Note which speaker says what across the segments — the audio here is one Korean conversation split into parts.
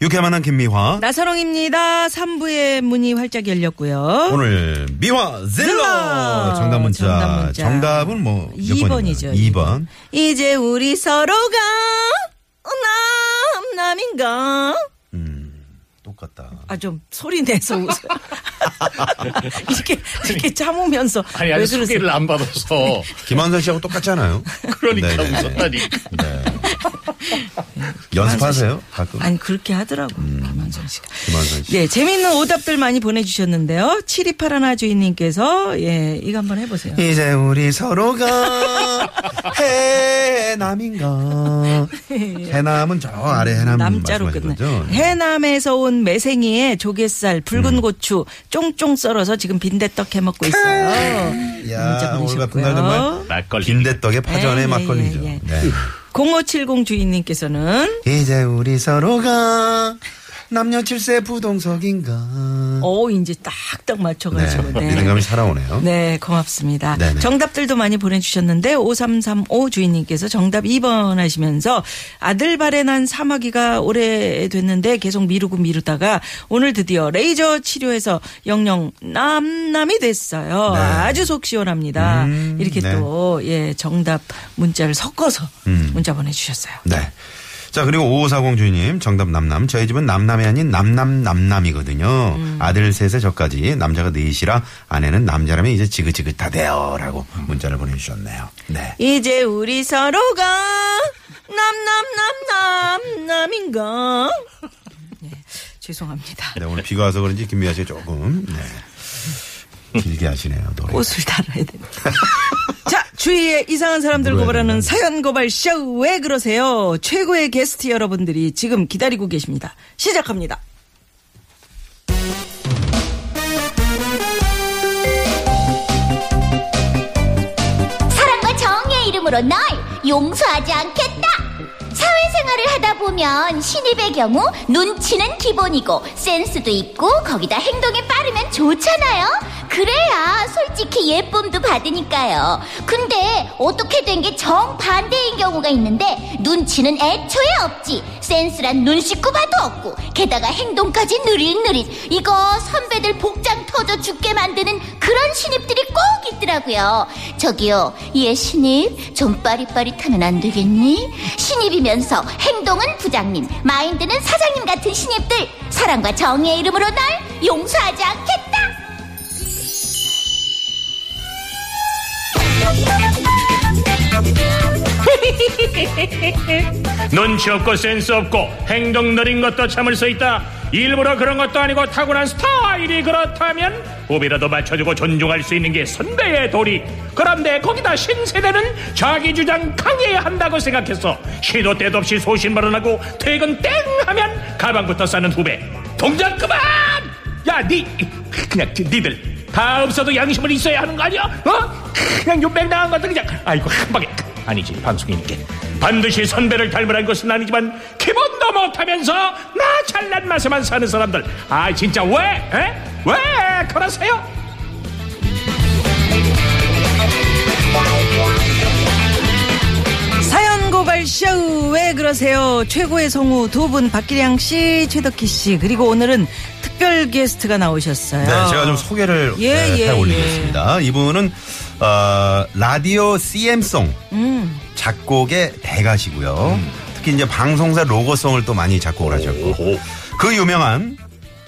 Speaker 1: 유쾌만한 김미화.
Speaker 2: 나선홍입니다. 3부의 문이 활짝 열렸고요.
Speaker 1: 오늘 미화
Speaker 2: 질러!
Speaker 1: 질러 정답 문자.
Speaker 2: 어? 정답 문자.
Speaker 1: 정답은 뭐몇
Speaker 2: 이번이죠,
Speaker 1: 번인가요?
Speaker 2: 이번.
Speaker 1: 2번.
Speaker 2: 이제 우리 서로가 남남인가?
Speaker 1: 음, 똑같다.
Speaker 2: 아 좀 소리 내서 웃어. 이렇게 이렇게 참으면서
Speaker 3: 아니 아니 소개를 안 받아서
Speaker 1: 어, 김한선 씨하고 똑같잖아요.
Speaker 3: 그러니까
Speaker 1: 네네네.
Speaker 3: 웃었다니
Speaker 1: 연습하세요? 가끔. 음, 그렇죠.
Speaker 2: 아니 그렇게 하더라고. 김한선 씨가.
Speaker 1: 김한선 씨.
Speaker 2: 네, 재미있는 오답들 많이 보내주셨는데요. 7281 주인님께서, 예, 이거 한번 해보세요.
Speaker 1: 이제 우리 서로가 해남인가. 해남은 저 아래 해남
Speaker 2: 예. 남자로
Speaker 1: 말씀하시는
Speaker 2: 끝나.
Speaker 1: 거죠?
Speaker 2: 해남에서 온 매생이에 조갯살, 붉은 고추 쫑쫑 썰어서 지금 빈대떡 해 먹고 있어요. 문자
Speaker 1: 야, 오늘 같은 날 정말
Speaker 2: 보내셨고요.
Speaker 3: 막걸리.
Speaker 1: 빈대떡에 파전에
Speaker 2: 예, 예,
Speaker 1: 막걸리죠.
Speaker 2: 예, 예.
Speaker 1: 네.
Speaker 2: 0570 주인님께서는
Speaker 1: 이제 우리 서로가 남녀 칠세 부동석인가.
Speaker 2: 어 이제 딱딱 맞춰가지고
Speaker 1: 네.
Speaker 2: 네.
Speaker 1: 리듬감이 살아오네요.
Speaker 2: 네, 고맙습니다.
Speaker 1: 네네.
Speaker 2: 정답들도 많이 보내주셨는데, 5335 주인님께서 정답 2번 하시면서 아들 발에 난 사마귀가 오래 됐는데 계속 미루고 미루다가 오늘 드디어 레이저 치료해서 영영 남남이 됐어요.
Speaker 1: 네.
Speaker 2: 아주 속 시원합니다.
Speaker 1: 음,
Speaker 2: 이렇게
Speaker 1: 네.
Speaker 2: 또, 예, 정답 문자를 섞어서
Speaker 1: 음.
Speaker 2: 문자 보내주셨어요.
Speaker 1: 네. 자, 그리고 5540 주인님, 정답 남남. 저희 집은 남남이 아닌 남남남남이거든요.
Speaker 2: 음.
Speaker 1: 아들 셋에 저까지 남자가 넷이라 아내는 남자라면 이제 지긋지긋다 돼요. 라고
Speaker 2: 음.
Speaker 1: 문자를 보내주셨네요. 네.
Speaker 2: 이제 우리 서로가 남남남남남인가? 네, 죄송합니다.
Speaker 1: 네, 오늘 비가 와서 그런지 김미아 씨가 조금, 네. 길게 하시네요, 노래.
Speaker 2: 꽃을 달아야 됩니다. 자, 주위에 이상한 사람들
Speaker 1: 물어야
Speaker 2: 고발하는
Speaker 1: 된다.
Speaker 2: 사연 고발 쇼. 왜 그러세요? 최고의 게스트 여러분들이 지금 기다리고 계십니다. 시작합니다.
Speaker 4: 사랑과 정의의 이름으로 널 용서하지 않겠다. 사회생활을 하다 보면 신입의 경우 눈치는 기본이고 센스도 있고 거기다 행동이 빠르면 좋잖아요. 그래야 솔직히 예쁨도 받으니까요. 근데 어떻게 된 게 정반대인 경우가 있는데 눈치는 애초에 없지. 센스란 눈 씻고 봐도 없고 게다가 행동까지 느릿느릿. 이거 선배들 복장 터져 죽게 만드는 그런 신입들이 꼭 있더라고요. 저기요, 얘 신입 좀 빠릿빠릿하면 안 되겠니? 신입이면서 행동은 부장님, 마인드는 사장님 같은 신입들 사랑과 정의의 이름으로 널 용서하지 않겠다.
Speaker 3: 눈치 없고 센스 없고 행동 느린 것도 참을 수 있다 일부러 그런 것도 아니고 타고난 스타일이 그렇다면 후배라도 맞춰주고 존중할 수 있는 게 선배의 도리 그런데 거기다 신세대는 자기 주장 강해야 한다고 생각해서 시도 때도 없이 소신발언하고 퇴근 땡 하면 가방부터 싸는 후배 동작 그만 야니 그냥 니들 다 없어도 양심은 있어야 하는 거 아니야? 어? 그냥 욕맹 당한 것도 그냥 아이고 한 방에 아니지 방송이니까 반드시 선배를 닮으란 것은 아니지만 기본도 못하면서 나 잘난 맛에만 사는 사람들 아 진짜 왜? 에? 왜 그러세요?
Speaker 2: 사연 고발 쇼. 왜 그러세요? 최고의 성우 두 분, 박기량 씨, 최덕희 씨. 그리고 오늘은 특별 게스트가 나오셨어요.
Speaker 1: 네, 제가 좀 소개를
Speaker 2: 예,
Speaker 1: 네,
Speaker 2: 예,
Speaker 1: 해 올리겠습니다. 이분은 어, 라디오 CM송
Speaker 5: 음.
Speaker 1: 작곡의 대가시고요.
Speaker 6: 음.
Speaker 1: 특히 이제 방송사 로고송을 또 많이 작곡을 하셨고 그 유명한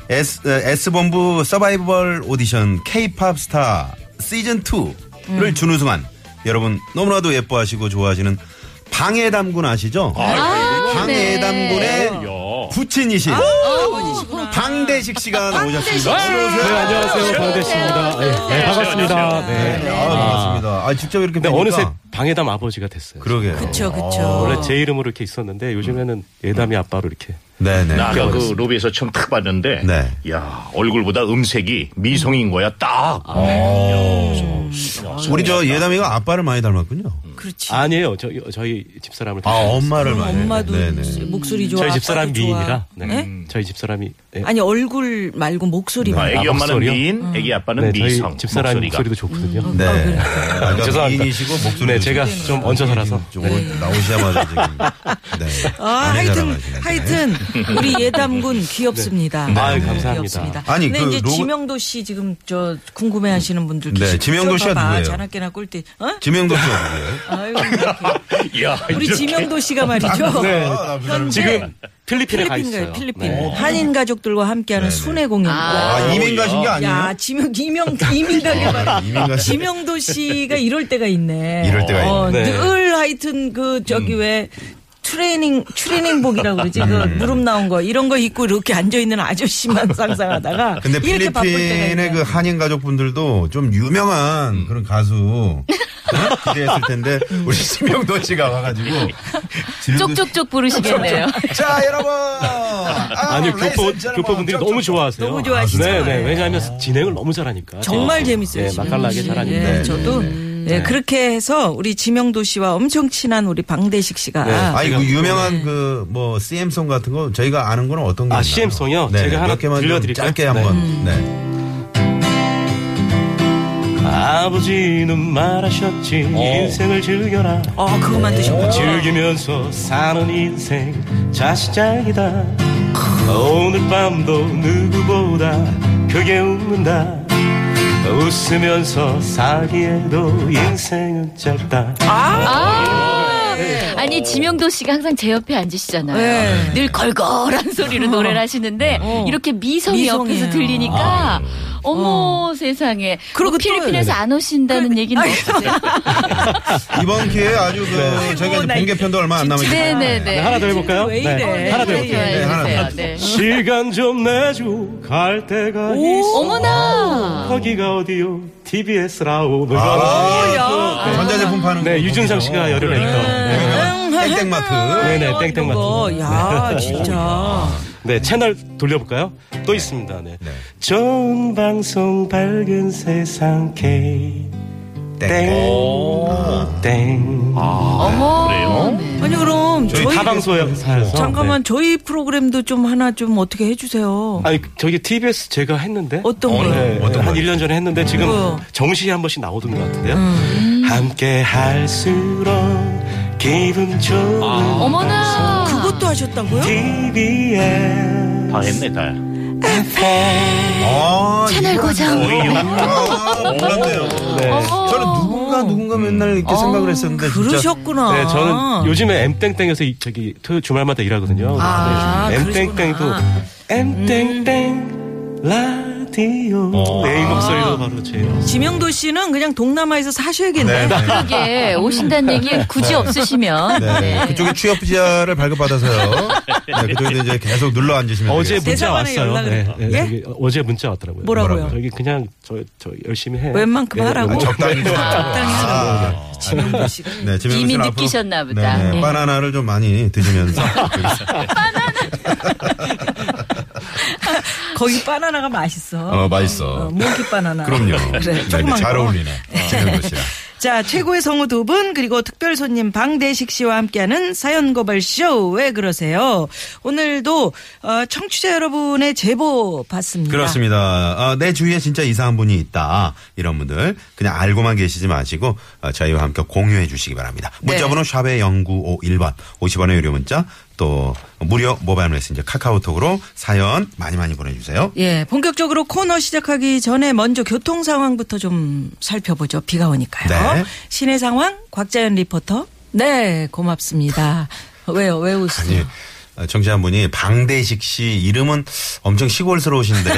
Speaker 1: S S 본부 서바이벌 오디션 K-팝 스타 시즌 2를
Speaker 6: 음.
Speaker 1: 준우승한 여러분 너무나도 예뻐하시고 좋아하시는 방해담군 아시죠?
Speaker 6: 네.
Speaker 2: 네.
Speaker 1: 방해담군의
Speaker 2: 아,
Speaker 1: 부친이신 방대식 씨가 나오셨습니다.
Speaker 6: 아, 네, 안녕하세요. 방대식입니다. 네, 네, 반갑습니다. 네.
Speaker 1: 네, 아, 반갑습니다. 아, 직접 이렇게
Speaker 6: 근데
Speaker 1: 뵈니까
Speaker 6: 어느새 방해담 아버지가 됐어요.
Speaker 1: 그러게요.
Speaker 2: 그쵸, 그쵸.
Speaker 6: 원래 제 이름으로 이렇게 있었는데 요즘에는 예담이 아빠로 이렇게
Speaker 1: 네네.
Speaker 7: 나 아까 그 로비에서 처음 탁 봤는데,
Speaker 1: 네.
Speaker 7: 야 얼굴보다 음색이 미성인 거야 딱.
Speaker 1: 아. 어. 우리 저 예담이가 아빠를 많이 닮았군요.
Speaker 2: 그렇지.
Speaker 6: 아니에요. 저, 저희 집사람을.
Speaker 1: 아
Speaker 6: 닮았어요.
Speaker 1: 엄마를 많이.
Speaker 2: 엄마도
Speaker 1: 네네.
Speaker 2: 목소리 좋아.
Speaker 6: 저희
Speaker 2: 아빠도
Speaker 6: 집사람
Speaker 2: 좋아.
Speaker 6: 미인이라. 네.
Speaker 2: 네?
Speaker 6: 저희 집사람이. 네.
Speaker 2: 아니 얼굴 말고 목소리만.
Speaker 7: 예?
Speaker 2: 음.
Speaker 7: 아, 애기
Speaker 6: 아,
Speaker 7: 엄마는
Speaker 6: 목소리요?
Speaker 7: 미인, 애기 아빠는
Speaker 6: 네, 저희
Speaker 7: 미성.
Speaker 6: 집사람
Speaker 7: 목소리가.
Speaker 6: 목소리도 좋거든요.
Speaker 1: 네.
Speaker 2: 아, 그래요?
Speaker 1: 아, 까
Speaker 6: 죄송합니다.
Speaker 1: 미인이시고 목소리.
Speaker 6: 네, 제가 좀 얹혀 살아서.
Speaker 1: 좀
Speaker 2: 네.
Speaker 1: 나오시자마자 지금. 네.
Speaker 2: 아,
Speaker 1: 아내
Speaker 2: 하여튼
Speaker 1: 자랑하시네.
Speaker 2: 하여튼 우리 예담군 귀엽습니다.
Speaker 6: 네. 아유, 감사합니다.
Speaker 2: 귀엽습니다.
Speaker 1: 아니,
Speaker 2: 근데
Speaker 1: 그
Speaker 2: 이제
Speaker 1: 로고-
Speaker 2: 지명도 씨 지금 저 궁금해하시는 분들
Speaker 1: 네, 지명도 씨가 누구예요?
Speaker 2: 자나깨나 꼴대. 어?
Speaker 1: 지명도 씨 어디예요?
Speaker 2: 아유, 이렇게.
Speaker 7: 야,
Speaker 2: 우리
Speaker 7: 이렇게.
Speaker 2: 지명도 씨가 말이죠. 현재
Speaker 6: 아, 네. 지금 필리핀에 가
Speaker 2: 필리핀가요?
Speaker 6: 있어요.
Speaker 2: 필리핀
Speaker 6: 네.
Speaker 2: 한인 가족들과 함께하는
Speaker 1: 네, 네.
Speaker 2: 순회 공연.
Speaker 1: 아, 이민 가신 게
Speaker 2: 야
Speaker 1: 아니에요?
Speaker 2: 지명 이명 이민가게 말.
Speaker 1: 아, 이민 가신 게
Speaker 2: 지명도 씨가 이럴 때가 있네.
Speaker 1: 이럴 때가 음.
Speaker 2: 어,
Speaker 6: 있네.
Speaker 2: 늘 하여튼 그 저기 왜 트레이닝 트레이닝복이라고 그러지 그 무릎 나온 거 이런 거 입고 이렇게 앉아 있는 아저씨만 상상하다가
Speaker 1: 근데
Speaker 2: 이렇게 바쁠 때가
Speaker 1: 필리핀의
Speaker 2: 있네.
Speaker 1: 그 한인 가족분들도 좀
Speaker 6: 음.
Speaker 1: 유명한 그런 가수 어? 기대했을 텐데 우리 심영도 씨가 와가지고 지명도 씨-
Speaker 8: 쪽쪽쪽 부르시겠네요.
Speaker 1: 자 여러분 아,
Speaker 6: 아니
Speaker 1: ladies
Speaker 6: 교포
Speaker 1: and gentlemen.
Speaker 6: 교포분들이 너무 좋아하세요.
Speaker 2: 너무 좋아하시죠?
Speaker 6: 네네 왜냐하면 진행을 너무 잘하니까.
Speaker 2: 정말 재밌어요.
Speaker 6: 네,
Speaker 2: 지명도
Speaker 6: 맛깔나게
Speaker 2: 씨.
Speaker 6: 잘하니까.
Speaker 2: 예,
Speaker 6: 네.
Speaker 2: 저도 예, 그렇게 해서 우리 지명도 씨와 엄청 친한 우리 방대식 씨가
Speaker 6: 네.
Speaker 1: 아, 이거 유명한 그 뭐 CM송 같은 거 저희가 아는 거는 어떤 거
Speaker 6: 아, CM 송이요?
Speaker 1: 네,
Speaker 6: 제가 하나
Speaker 1: 몇 개만 좀
Speaker 6: 들려드릴까요?
Speaker 1: 짧게
Speaker 6: 네.
Speaker 2: 음.
Speaker 1: 한번. 네.
Speaker 6: 아버지는 말하셨지
Speaker 1: 어.
Speaker 6: 인생을 즐겨라.
Speaker 2: 아
Speaker 1: 네.
Speaker 2: 그것만 드셨구나.
Speaker 6: 즐기면서 사는 인생 자시장이다
Speaker 1: 아.
Speaker 6: 오늘 밤도 누구보다 크게 웃는다 웃으면서 사기에도 인생은 짧다
Speaker 2: 아!
Speaker 5: 아!
Speaker 8: 네. 아니 지명도 씨가 항상 제 옆에 앉으시잖아요.
Speaker 2: 네.
Speaker 8: 늘 걸걸한 소리로 노래를 하시는데
Speaker 2: 어.
Speaker 8: 이렇게 미성이
Speaker 2: 미성이에요. 아.
Speaker 8: 옆에서 들리니까 어머 세상에.
Speaker 2: 그리고
Speaker 8: 뭐
Speaker 2: 또- 아,
Speaker 8: 필리핀에서 안 오신다는 얘기는 없으세요?
Speaker 1: 이번 기회에 아주 그 저희가 이제
Speaker 2: 나
Speaker 1: 공개편도 얼마 안 남았기 때문에
Speaker 6: 네,
Speaker 8: 네네네.
Speaker 6: 하나 더 해볼까요?
Speaker 2: 왜 이래?
Speaker 6: 하나 더
Speaker 2: 왜
Speaker 6: 해볼게요
Speaker 1: 네, 하나 더.
Speaker 8: 네.
Speaker 6: 시간 좀 내줘 갈 데가 있어
Speaker 8: 어머나.
Speaker 6: 거기가 어디요 TBS라고
Speaker 1: 아, 또 전자제품 파는
Speaker 6: 네
Speaker 1: 거
Speaker 6: 유준상
Speaker 1: 보면서.
Speaker 6: 씨가 열을 냈던 네.
Speaker 1: 유명한 땡땡마트.
Speaker 6: 네네,
Speaker 2: 이런
Speaker 6: 땡땡
Speaker 2: 거.
Speaker 6: 맞죠.
Speaker 2: 야 진짜.
Speaker 6: 네, 채널 돌려볼까요? 또 있습니다. 네. 좋은 방송 밝은 세상 K
Speaker 1: 땡.
Speaker 6: 땡.
Speaker 8: 어머.
Speaker 7: 그래요?
Speaker 8: 네.
Speaker 2: 아니 그럼
Speaker 6: 저희
Speaker 2: 아. 저희
Speaker 6: 다방송사에서
Speaker 1: 네.
Speaker 2: 잠깐만 저희 프로그램도 좀 하나 좀 어떻게 해주세요.
Speaker 6: 네. 아니, 저기 TBS 제가 했는데
Speaker 2: 어떤 거요?
Speaker 1: 어느-
Speaker 2: 음.
Speaker 6: 네,
Speaker 1: 어떤 거예요?
Speaker 6: 한 1년 전에 했는데 지금
Speaker 2: 뭐요? 음.
Speaker 6: 정시에 한 번씩 나오던 것 같은데요. 함께 할수록 기분
Speaker 1: 아.
Speaker 6: 좋은
Speaker 8: 어머나.
Speaker 2: 그것도 하셨다고요?
Speaker 6: TBS
Speaker 7: 다 했네 다. 어,
Speaker 1: 아,
Speaker 8: 채널
Speaker 1: 이거-
Speaker 8: 고장.
Speaker 1: 아, 몰랐네요. 저는 누군가 누군가 맨날 이렇게 생각을 했었는데 진짜
Speaker 2: 아, 그러셨구나.
Speaker 6: 네, 저는 요즘에 엠땡땡에서 이- 저기 토요 주말마다 일하거든요.
Speaker 2: 아,
Speaker 6: 네, 엠땡땡도
Speaker 2: 그러시구나. 음.
Speaker 6: 엠땡땡
Speaker 1: 어.
Speaker 6: 라디오 내
Speaker 1: 아.
Speaker 6: 목소리도 바로 제요.
Speaker 2: 지명도 씨는 그냥 동남아에서 사셔야겠네. 네.
Speaker 8: 이게 오신다는 얘기 굳이 없으시면.
Speaker 1: 네, 그쪽에 취업자를 발급받아서요. 네, 그쪽에 이제 계속 눌러 앉으시면
Speaker 6: 어제
Speaker 1: 되겠습니다.
Speaker 6: 문자
Speaker 2: 대사관에
Speaker 6: 왔어요.
Speaker 2: 연락을
Speaker 6: 네,
Speaker 2: 했-
Speaker 6: 네,
Speaker 2: 예?
Speaker 6: 저기 어제 문자 왔더라고요.
Speaker 2: 뭐라고요?
Speaker 6: 저기 그냥 저, 저 열심히 해. 뭐
Speaker 2: 웬만큼 하라고.
Speaker 1: 아, 적당히 좀.
Speaker 2: 적당히 하라고.
Speaker 1: 아,
Speaker 2: 지명도 씨가.
Speaker 1: 네, 지명도
Speaker 8: 이미
Speaker 1: 씨는 앞으로-
Speaker 8: 느끼셨나 보다.
Speaker 1: 네, 네,
Speaker 8: 예.
Speaker 1: 바나나를 좀 많이 드시면서.
Speaker 2: 거기 바나나가 맛있어.
Speaker 1: 어, 맛있어.
Speaker 2: 어, 몽키 바나나.
Speaker 1: 그럼요.
Speaker 2: 그래,
Speaker 1: 네,
Speaker 2: 조그만
Speaker 1: 잘
Speaker 2: 거.
Speaker 1: 어울리네. 지명도 씨랑.
Speaker 2: 자, 최고의 성우 두 분, 그리고 특별 손님 방대식 씨와 함께하는 사연고발쇼. 왜 그러세요? 오늘도, 어, 청취자 여러분의 제보 받습니다.
Speaker 1: 음. 그렇습니다. 아, 내 주위에 진짜 이상한 분이 있다. 이런 분들 그냥 알고만 계시지 마시고 어, 저희와 함께 공유해 주시기 바랍니다.
Speaker 2: 네.
Speaker 1: 문자번호 샵의 0951번 50원의 유료 문자 또 무료 모바일 메신저 카카오톡으로 사연 많이 많이 보내주세요.
Speaker 2: 예, 본격적으로 코너 시작하기 전에 먼저 교통 상황부터 좀 살펴보죠. 비가 오니까요.
Speaker 1: 네.
Speaker 2: 시내 상황, 곽자연 리포터. 네, 고맙습니다. 왜요? 왜 웃으세요?
Speaker 1: 예. 아, 청취자 한 분이 방대식 씨 이름은 엄청 시골스러우신데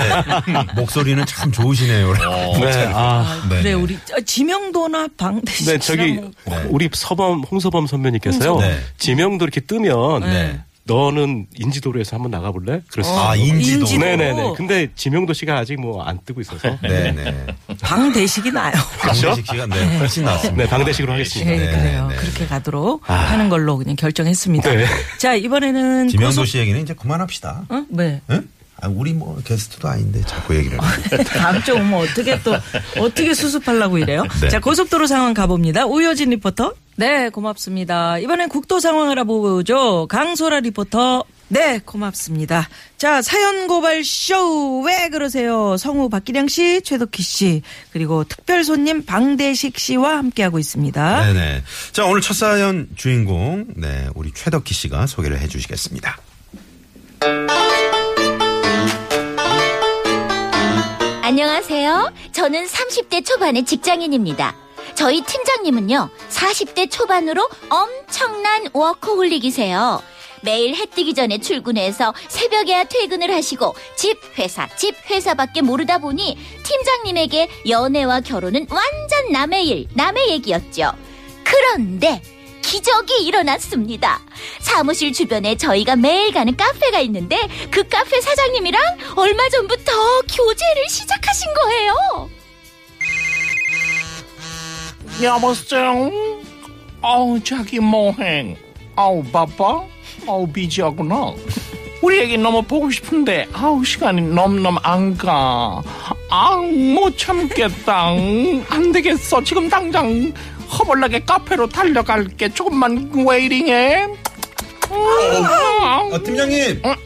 Speaker 1: 목소리는 참 좋으시네요.
Speaker 6: 네, 아.
Speaker 2: 어.
Speaker 1: 네,
Speaker 2: 그래
Speaker 1: 네.
Speaker 2: 우리 저- 지명도나 방대식
Speaker 6: 네, 저기
Speaker 2: 씨나 뭐-
Speaker 1: 네.
Speaker 6: 우리 서범 홍서범 선배님께서요.
Speaker 1: 홍서범. 네.
Speaker 6: 지명도 이렇게 뜨면
Speaker 1: 네.
Speaker 6: 너는 인지도로 해서 한번 나가볼래? 그랬어요.
Speaker 7: 네,
Speaker 1: 아 인지도.
Speaker 2: 인지도.
Speaker 6: 네네네. 근데 지명도 씨가 아직 뭐 안 뜨고 있어서.
Speaker 1: 네네.
Speaker 2: 방대식이 나요.
Speaker 1: 방대식 씨가 네, 훨씬 나왔습니다.
Speaker 6: 그렇죠? 네, 방대식으로 하겠습니다.
Speaker 2: 네,
Speaker 1: 네,
Speaker 2: 그래요.
Speaker 1: 네,
Speaker 2: 그렇게 가도록 하는 걸로 그냥 결정했습니다.
Speaker 6: 네.
Speaker 2: 자, 이번에는
Speaker 1: 김영도
Speaker 2: 고소-
Speaker 1: 씨 얘기는 이제 그만합시다.
Speaker 2: 어? 네.
Speaker 1: 응? 아, 우리 뭐 게스트도 아닌데 자꾸 얘기를. 하네.
Speaker 2: 다음 주 오면 어떻게 또 어떻게 수습하려고 이래요?
Speaker 1: 네.
Speaker 2: 자 고속도로 상황 가봅니다. 우효진 리포터. 네 고맙습니다. 이번엔 국도 상황 알아보죠. 강소라 리포터. 네 고맙습니다. 자 사연 고발 쇼 왜 그러세요? 성우 박기량 씨, 최덕희 씨 그리고 특별 손님 방대식 씨와 함께하고 있습니다.
Speaker 1: 네네. 자 오늘 첫 사연 주인공 네 우리 최덕희 씨가 소개를 해주시겠습니다.
Speaker 4: 안녕하세요. 저는 30대 초반의 직장인입니다. 저희 팀장님은요, 40대 초반으로 엄청난 워커홀릭이세요. 매일 해 뜨기 전에 출근해서 새벽에야 퇴근을 하시고 집, 회사, 집, 회사밖에 모르다 보니 팀장님에게 연애와 결혼은 완전 남의 일, 남의 얘기였죠. 그런데 기적이 일어났습니다. 사무실 주변에 저희가 매일 가는 카페가 있는데 그 카페 사장님이랑 얼마 전부터 교제를 시작하신 거예요.
Speaker 3: 여보세요? 어우, 자기 뭐해? 아우, 바빠? 아우, 비지하구나. 우리 애기 너무 보고 싶은데, 아우, 시간이 넘넘 안 가. 아우, 못 참겠다. 안 되겠어. 지금 당장 허벌나게 카페로 달려갈게. 조금만 웨이링해. 음.
Speaker 1: 아 팀장님, 아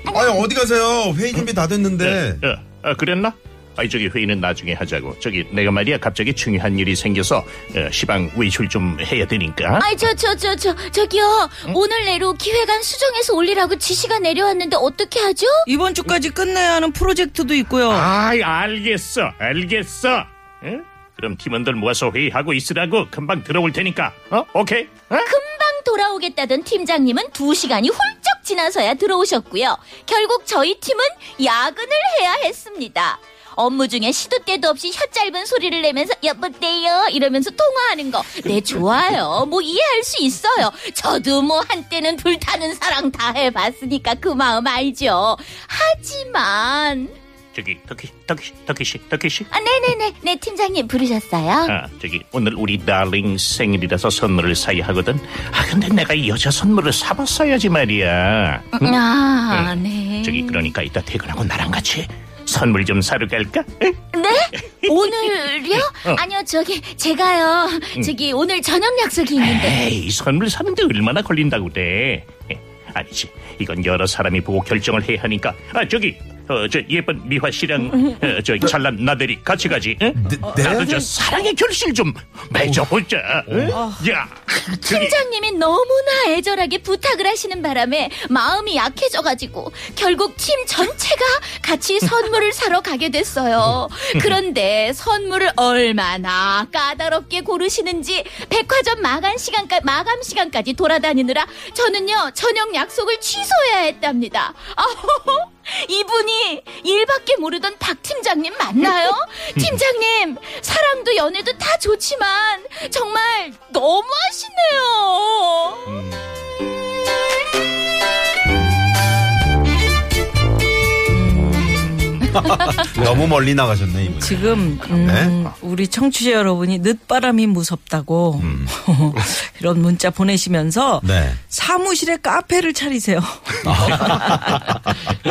Speaker 1: 어디 가세요? 회의 준비 다 됐는데.
Speaker 7: 어, 아, 그랬나? 아이 저기 회의는 나중에 하자고. 저기 내가 말이야 갑자기 중요한 일이 생겨서 어, 시방 외출 좀 해야
Speaker 2: 어?
Speaker 7: 되니까.
Speaker 4: 아이 저 저 저 저 저기요 오늘 내로 기획안 수정해서 올리라고 지시가 내려왔는데 어떻게 하죠?
Speaker 2: 이번 주까지 끝내야 하는 프로젝트도 있고요.
Speaker 7: 아이 알겠어, 알겠어. 응? 그럼 팀원들 모아서 회의하고 있으라고 금방 들어올 테니까. 어, 오케이. 어?
Speaker 4: 금방 돌아오겠다던 팀장님은 두 시간이 훌쩍 지나서야 들어오셨고요. 결국 저희 팀은 야근을 해야 했습니다. 업무 중에 시도 때도 없이 혀 짧은 소리를 내면서 여보세요 이러면서 통화하는 거. 네 좋아요. 뭐 이해할 수 있어요. 저도 뭐 한때는 불타는 사랑 다 해봤으니까 그 마음 알죠. 하지만
Speaker 7: 저기 터키, 터키, 터키 씨, 터키 씨.
Speaker 4: 아 네네네 네 팀장님 부르셨어요?
Speaker 7: 아, 저기 오늘 우리 달링 생일이라서 선물을 사야 하거든. 아, 근데 내가 이 여자 선물을 사봤어야지 말이야. 응?
Speaker 4: 아 네.
Speaker 7: 저기 그러니까 이따 퇴근하고 나랑 같이 선물 좀 사러 갈까? 응?
Speaker 4: 네? 오늘요?
Speaker 7: 어.
Speaker 4: 아니요, 저기, 제가요. 저기, 오늘 저녁 약속이 있는데.
Speaker 7: 음. 에이, 선물 사는데 얼마나 걸린다고 그래? 예, 아니지, 이건 여러 사람이 보고 결정을 해야 하니까. 아, 저기, 어, 저 예쁜 미화 씨랑 어, 저 잘난 나들이 같이 가지. 응? 나도 저 사랑의 결실 좀 맺어보자. 응? 야, 저기,
Speaker 4: 팀장님이 너무나 애절하게 부탁을 하시는 바람에 마음이 약해져가지고 결국 팀 전체가 같이 선물을 사러 가게 됐어요. 그런데 선물을 얼마나 까다롭게 고르시는지 백화점 마감 시간까지, 마감 시간까지 돌아다니느라 저는요 저녁 약속을 취소해야 했답니다. 아호호 이분이 일밖에 모르던 박 팀장님 맞나요? 팀장님 사랑도 연애도 다 좋지만 정말 너무하시네요.
Speaker 7: 네.
Speaker 1: 너무 멀리 나가셨네 이분.
Speaker 2: 지금 음,
Speaker 1: 네.
Speaker 2: 우리 청취자 여러분이 늦바람이 무섭다고
Speaker 7: 음.
Speaker 2: 이런 문자 보내시면서
Speaker 1: 네.
Speaker 2: 사무실에 카페를 차리세요.
Speaker 8: 아,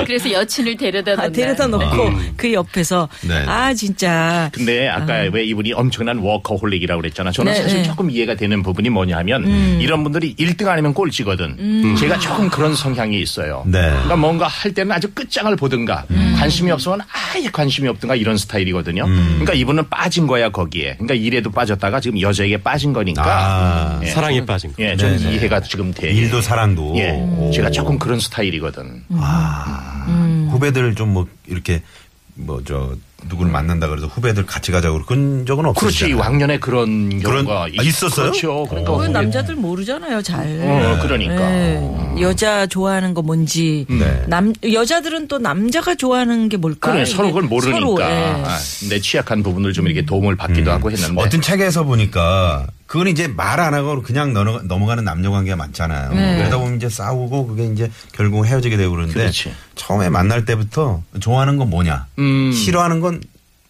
Speaker 8: 그래서 여친을 데려다
Speaker 2: 아,
Speaker 8: 놓는
Speaker 2: 데려다 놓고
Speaker 7: 음.
Speaker 2: 그 옆에서
Speaker 1: 네.
Speaker 2: 아 진짜
Speaker 7: 근데 아까 왜 이분이 엄청난 워커홀릭이라고 그랬잖아. 저는
Speaker 2: 네, 음.
Speaker 7: 사실
Speaker 2: 네.
Speaker 7: 조금 이해가 되는 부분이 뭐냐 하면 이런 분들이 1등 아니면 꼴찌거든.
Speaker 2: 음.
Speaker 7: 제가 조금 그런 성향이 있어요.
Speaker 1: 네.
Speaker 7: 그러니까 뭔가 할 때는 아주 끝장을 보든가
Speaker 2: 음.
Speaker 7: 관심이 없으면 아예 관심이 없든가 이런 스타일이거든요.
Speaker 1: 음.
Speaker 7: 그러니까 이분은 빠진 거야 거기에. 그러니까 일에도 빠졌다가 지금 여자에게 빠진 거니까.
Speaker 1: 아,
Speaker 7: 예.
Speaker 6: 사랑에 빠진 거.
Speaker 7: 예, 좀
Speaker 1: 네, 네.
Speaker 7: 이해가 지금 돼.
Speaker 1: 일도 사랑도.
Speaker 7: 예,
Speaker 1: 오.
Speaker 7: 제가 조금 그런 스타일이거든.
Speaker 1: 아,
Speaker 6: 음.
Speaker 1: 후배들 좀 뭐 이렇게 뭐 저 누구를 만난다 그래서 후배들 같이 가자고 그런 적은 없으시죠?
Speaker 7: 그렇지, 왕년에 그런
Speaker 1: 그런-
Speaker 7: 경우가
Speaker 1: 아, 있었어요?
Speaker 7: 그렇죠. 그러니까
Speaker 2: 그
Speaker 7: 우리-
Speaker 2: 남자들 모르잖아요 잘.
Speaker 7: 어, 그러니까.
Speaker 2: 네. 여자 좋아하는 거 뭔지
Speaker 1: 네.
Speaker 2: 남 여자들은 또 남자가 좋아하는 게 뭘까?
Speaker 7: 그래
Speaker 2: 이게
Speaker 7: 서로 그걸 모르니까
Speaker 2: 서로, 예.
Speaker 7: 아, 내 취약한 부분을 좀 이렇게 도움을 받기도
Speaker 1: 음.
Speaker 7: 하고 했는데
Speaker 1: 어떤 책에서 보니까 그건 이제 말 안 하고 그냥 넘어- 넘어가는 남녀 관계가 많잖아요.
Speaker 2: 네.
Speaker 1: 그러다 보면 이제 싸우고 그게 이제 결국 헤어지게 되고 그러는데
Speaker 7: 그렇지.
Speaker 6: 음.
Speaker 1: 처음에 만날 때부터 좋아하는 건 뭐냐, 싫어하는 건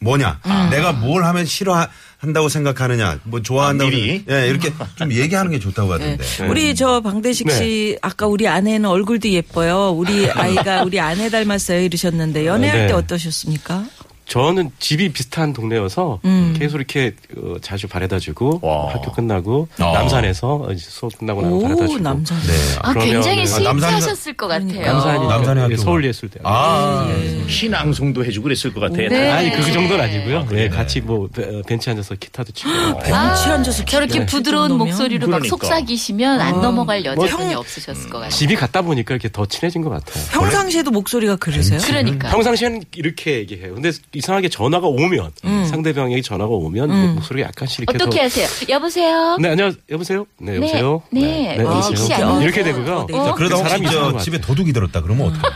Speaker 1: 뭐냐? 내가 뭘 하면 싫어한다고 생각하느냐? 뭐 좋아한다고
Speaker 7: 아, 미리?
Speaker 1: 생각- 예, 이렇게 좀 얘기하는 게 좋다고 하던데.
Speaker 2: 네.
Speaker 6: 네.
Speaker 2: 우리 저 방대식 씨 아까 우리 아내는 얼굴도 예뻐요. 우리 아이가 우리 아내 닮았어요 이러셨는데 연애할
Speaker 6: 네.
Speaker 2: 때 어떠셨습니까?
Speaker 6: 저는 집이 비슷한 동네여서 계속 이렇게 어, 자주 바래다주고
Speaker 7: 와.
Speaker 6: 학교 끝나고
Speaker 7: 어.
Speaker 6: 남산에서 이제 수업 끝나고 나면
Speaker 2: 오
Speaker 6: 바래다주고 네.
Speaker 2: 남자.
Speaker 8: 아,
Speaker 6: 그러면은-
Speaker 8: 굉장히
Speaker 1: 아, 남산에서-
Speaker 8: 스윗하셨을 것
Speaker 2: 그러니까.
Speaker 8: 같아요.
Speaker 6: 남산이
Speaker 1: 남산의 학교가.
Speaker 6: 서울예술대.
Speaker 1: 아,
Speaker 7: 신앙송도 해주고 그랬을 것 같아.
Speaker 8: 네.
Speaker 6: 네. 아니 그 정도는 아니고요.
Speaker 7: 아, 그래요?
Speaker 6: 네, 같이 뭐 벤- 벤치 앉아서 기타도 치고. 네.
Speaker 2: 덩치 어. 앉아서
Speaker 8: 저렇게
Speaker 2: 기도를
Speaker 8: 부드러운
Speaker 2: 하실 정도면. 뭐
Speaker 8: 목소리로 막
Speaker 7: 그러니까.
Speaker 8: 속삭이시면 안 넘어갈 여자분이
Speaker 2: 형-
Speaker 8: 없으셨을 것 같아요.
Speaker 6: 집이 같다 보니까 이렇게 더 친해진 것 같아요.
Speaker 2: 평상시에도 목소리가 네? 그러세요?
Speaker 8: 그러니까.
Speaker 6: 평상시에는 이렇게 얘기해요. 근데 이상하게 전화가 오면
Speaker 2: 음.
Speaker 6: 상대방에게 전화가 오면 뭐 목소리가 약간씩 이렇게
Speaker 8: 어떻게
Speaker 6: 더-
Speaker 8: 하세요? 여보세요?
Speaker 6: 네 안녕 여보세요. 네 여보세요.
Speaker 8: 네, 네, 네,
Speaker 6: 여보세요?
Speaker 8: 식시
Speaker 2: 안녕하세요.
Speaker 6: 이렇게 되고요.
Speaker 2: 네.
Speaker 1: 자,
Speaker 8: 어?
Speaker 1: 그러다 혹시
Speaker 6: 사람이 이상한
Speaker 1: 저
Speaker 6: 것
Speaker 1: 집에
Speaker 6: 같아요.
Speaker 1: 도둑이 들었다 그러면 어떡해?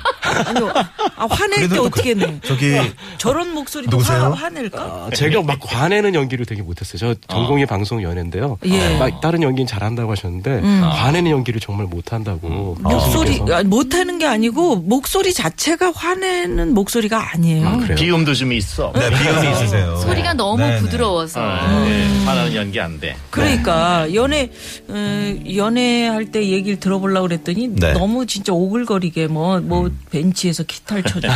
Speaker 2: 아니요. 아, 화낼 때
Speaker 1: 그래도
Speaker 2: 어떻게 내?
Speaker 1: 저기
Speaker 2: 저런 목소리도
Speaker 1: 누구세요?
Speaker 2: 화, 화낼까?
Speaker 6: 아, 제가 막 화내는 연기를 되게 못했어요.
Speaker 1: 아.
Speaker 6: 저 전공이 방송 연예인데요.
Speaker 2: 예. 음.
Speaker 6: 막 다른 연기는 잘한다고 하셨는데
Speaker 1: 아.
Speaker 6: 화내는 연기를 정말 못한다고.
Speaker 1: 음.
Speaker 6: 음.
Speaker 2: 목소리
Speaker 6: 교수님께서.
Speaker 2: 아, 못하는 게 아니고 목소리 자체가 화내는 목소리가 아니에요.
Speaker 6: 그래요?
Speaker 7: 비음도 좀 있어.
Speaker 1: 네, 비염이 있으세요.
Speaker 8: 소리가 너무
Speaker 1: 네, 네.
Speaker 8: 부드러워서. 음.
Speaker 7: 아, 네. 화나는 연기 안 돼.
Speaker 2: 그러니까 연애 어, 연애할 때 얘기를 들어보려고 그랬더니
Speaker 1: 네.
Speaker 2: 너무 진짜 오글거리게 뭐 뭐 벤치에서 기타를 쳐주고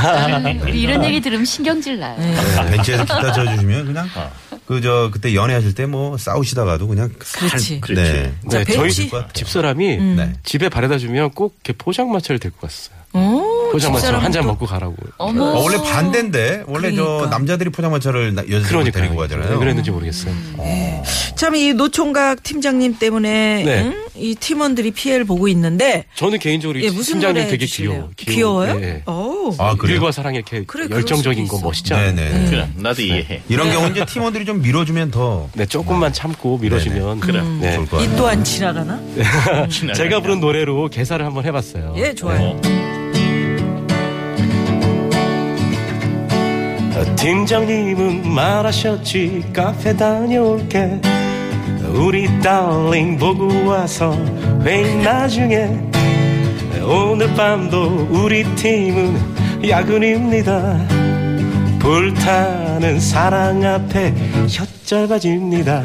Speaker 8: 우리 이런 얘기 들으면 신경질 나요.
Speaker 1: 네, 벤치에서 기타 쳐주시면 그냥
Speaker 6: 어.
Speaker 1: 그 저 그때 연애하실 때 뭐 싸우시다가도 그냥
Speaker 2: 그렇지.
Speaker 1: 살- 네.
Speaker 2: 자,
Speaker 6: 네, 저희
Speaker 2: 벤치
Speaker 1: 것 같아요.
Speaker 6: 집사람이
Speaker 1: 네.
Speaker 6: 집에 바래다 주면 꼭 이렇게 포장마차를 데리고 갔어요.
Speaker 5: 음.
Speaker 2: 어,
Speaker 6: 포장마차
Speaker 2: 집사람
Speaker 6: 한 잔
Speaker 2: 또-
Speaker 6: 먹고 가라고.
Speaker 8: 어머.
Speaker 1: 어, 원래 반대인데 원래
Speaker 2: 뭐. 그러니까.
Speaker 1: 저 남자들이 포장마차를 나- 여자들이
Speaker 6: 그러니까
Speaker 1: 데리고 가잖아요.
Speaker 6: 왜 그랬는지 모르겠어요.
Speaker 2: 참 이 노총각 팀장님 때문에
Speaker 6: 네.
Speaker 2: 응? 이 팀원들이 피해를 보고 있는데
Speaker 6: 저는 개인적으로 이
Speaker 2: 예, 무슨
Speaker 6: 팀장님
Speaker 2: 노래
Speaker 6: 되게
Speaker 2: 해주실래요?
Speaker 6: 귀여워.
Speaker 2: 귀여워요?
Speaker 6: 예, 예.
Speaker 2: 어우.
Speaker 1: 아 그래요?
Speaker 6: 일과 사랑 이렇게
Speaker 2: 그래, 그럴
Speaker 6: 열정적인
Speaker 2: 수도
Speaker 6: 거
Speaker 2: 있어.
Speaker 6: 멋있지 않아요? 예.
Speaker 1: 네네.
Speaker 7: 그래, 나도 이해해.
Speaker 1: 이런 경우 이제 팀원들이 좀 밀어주면 더
Speaker 6: 네, 조금만 참고 밀어주면 네.
Speaker 1: 좋을 것
Speaker 2: 이
Speaker 1: 같아요.
Speaker 2: 또한 지나가나?
Speaker 7: 신나게
Speaker 6: 제가 부른
Speaker 7: 그냥.
Speaker 6: 노래로 개사를 한번 해봤어요.
Speaker 2: 예, 좋아요.
Speaker 6: 어, 팀장님은 말하셨지 카페 다녀올게 우리 달링 보고 와서 회의 나중에 오늘 밤도 우리 팀은 야근입니다 불타는 사랑 앞에 혀절바집니다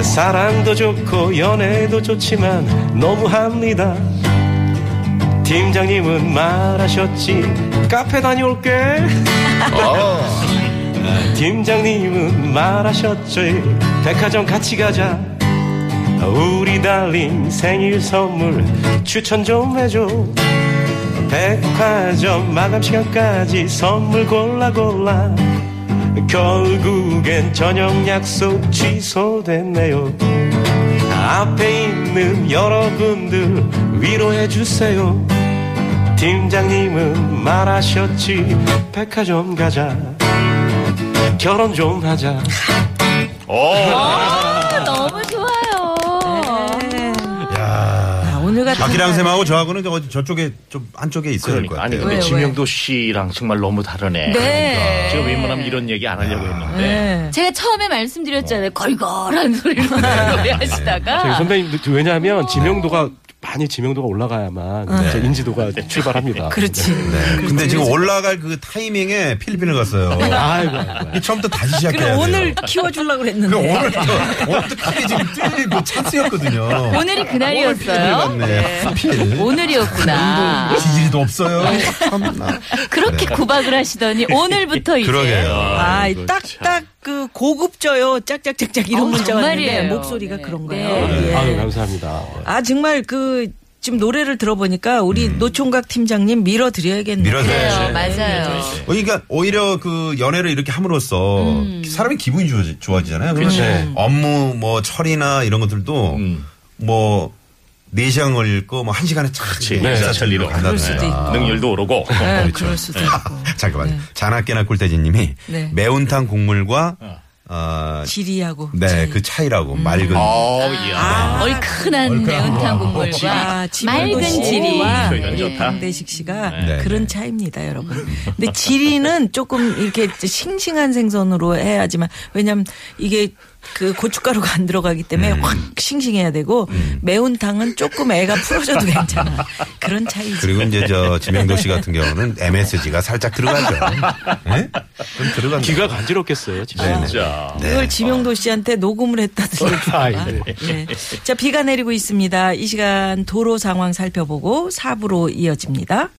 Speaker 6: 사랑도 좋고 연애도 좋지만 너무합니다 팀장님은 말하셨지 카페 다녀올게 아, 팀장님은 말하셨지 백화점 같이 가자 아, 우리 달링 생일 선물 추천 좀 해줘 백화점 마감 시간까지 선물 골라 골라 결국엔 저녁 약속 취소됐네요 앞에 있는 여러분들 위로해 주세요 팀장님은 말하셨지 백화점 가자 결혼 좀 하자
Speaker 5: 어.
Speaker 8: 아, 너무 좋아요.
Speaker 2: 아, 오늘 같은
Speaker 1: 박기랑
Speaker 2: 날-
Speaker 1: 쌤하고 저하고는 저, 저쪽에 좀 한쪽에 있어야 될 것
Speaker 7: 그러니까. 아니,
Speaker 1: 같아요.
Speaker 7: 근데
Speaker 2: 왜,
Speaker 7: 지명도 씨랑 정말 너무 다르네.
Speaker 1: 그러니까.
Speaker 8: 네.
Speaker 7: 제가 웬만하면 이런 얘기 안 하려고 했는데.
Speaker 2: 네.
Speaker 8: 제가 처음에 말씀드렸잖아요. 걸걸한 소리로 노래하시다가.
Speaker 6: 선배님 그 왜냐하면 지명도가 많이 지명도가 올라가야만 이제 인지도가 출발합니다 네.
Speaker 2: 그렇지.
Speaker 1: 네. 근데 지금 올라갈 그 타이밍에 필리핀을 갔어요.
Speaker 6: 아이고, 아이고.
Speaker 1: 이 처음부터 다시 시작해야
Speaker 2: 그래
Speaker 1: 돼요.
Speaker 2: 오늘 키워주려고
Speaker 1: 그
Speaker 2: 그랬는데.
Speaker 1: 오늘 저- 오늘도 크게 지금 뚫리고 찬스였거든요.
Speaker 8: 오늘이 그날이었어요.
Speaker 1: 네. 하필
Speaker 8: 오늘이었구나. 네.
Speaker 1: 지지리도
Speaker 2: 아.
Speaker 1: 없어요. 참나.
Speaker 8: 그렇게 구박을 하시더니 오늘부터 네. 이제.
Speaker 1: 그러게요.
Speaker 2: 아, 이 딱딱 그 고급져요. 짝짝짝짝 이런
Speaker 8: 어우,
Speaker 2: 문자가 있는데
Speaker 8: 정말이에요.
Speaker 2: 목소리가
Speaker 8: 네.
Speaker 2: 그런가요?
Speaker 8: 네.
Speaker 2: 예.
Speaker 6: 아유 감사합니다
Speaker 2: 아 정말 그 지금 노래를 들어보니까 우리 노총각 팀장님 밀어드려야겠네요.
Speaker 1: 음. 밀어줘야죠.
Speaker 8: 맞아요.
Speaker 6: 네,
Speaker 8: 맞아요.
Speaker 1: 어, 그러니까 오히려 그 연애를 이렇게 함으로써
Speaker 2: 음.
Speaker 1: 사람의 기분이 좋아지, 좋아지잖아요. 그러면
Speaker 2: 그렇죠.
Speaker 1: 네.
Speaker 6: 그치.
Speaker 1: 업무 뭐 처리나 이런 것들도
Speaker 7: 음.
Speaker 1: 뭐 4시간 걸릴 거 뭐 1시간에 착
Speaker 7: 네.
Speaker 1: 사찰리로
Speaker 2: 그럴 수도 있고.
Speaker 1: 간다든가.
Speaker 7: 능률도 오르고.
Speaker 2: 네, 그럴 수도 있고.
Speaker 1: 아. 그렇죠. 잠깐만요. 자나깨나 꿀대지님이
Speaker 2: 네.
Speaker 1: 매운탕 국물과 어,
Speaker 2: 지리하고.
Speaker 1: 네, 그 차이라고 맑은
Speaker 7: 어우, 음. 이야.
Speaker 8: 아, 얼큰한 어, 매운탕 국물과
Speaker 2: 아, 지리도
Speaker 8: 맑은
Speaker 2: 지리와
Speaker 8: 어, 지리와
Speaker 7: 표현 좋다.
Speaker 2: 강대식 씨가
Speaker 1: 네.
Speaker 2: 그런 차이입니다, 여러분. 근데 지리는 조금 이렇게 싱싱한 생선으로 해야지만 왜냐면 이게 그 고춧가루가 안 들어가기 때문에 확 싱싱해야 되고 매운탕은 조금 애가 풀어줘도 괜찮아. 그런 차이지.
Speaker 1: 그리고 이제 저 지명도 씨 같은 경우는 MSG가 살짝 들어가죠. 예? 좀 들어간다.
Speaker 6: 귀가 간지럽겠어요, 진짜.
Speaker 7: 자,
Speaker 2: 이걸 지명도 씨한테 녹음을 했다 들으니까.
Speaker 6: 어, 아이고. 예.
Speaker 2: 네. 자, 비가 내리고 있습니다. 이 시간 도로 상황 살펴보고 4부로 이어집니다.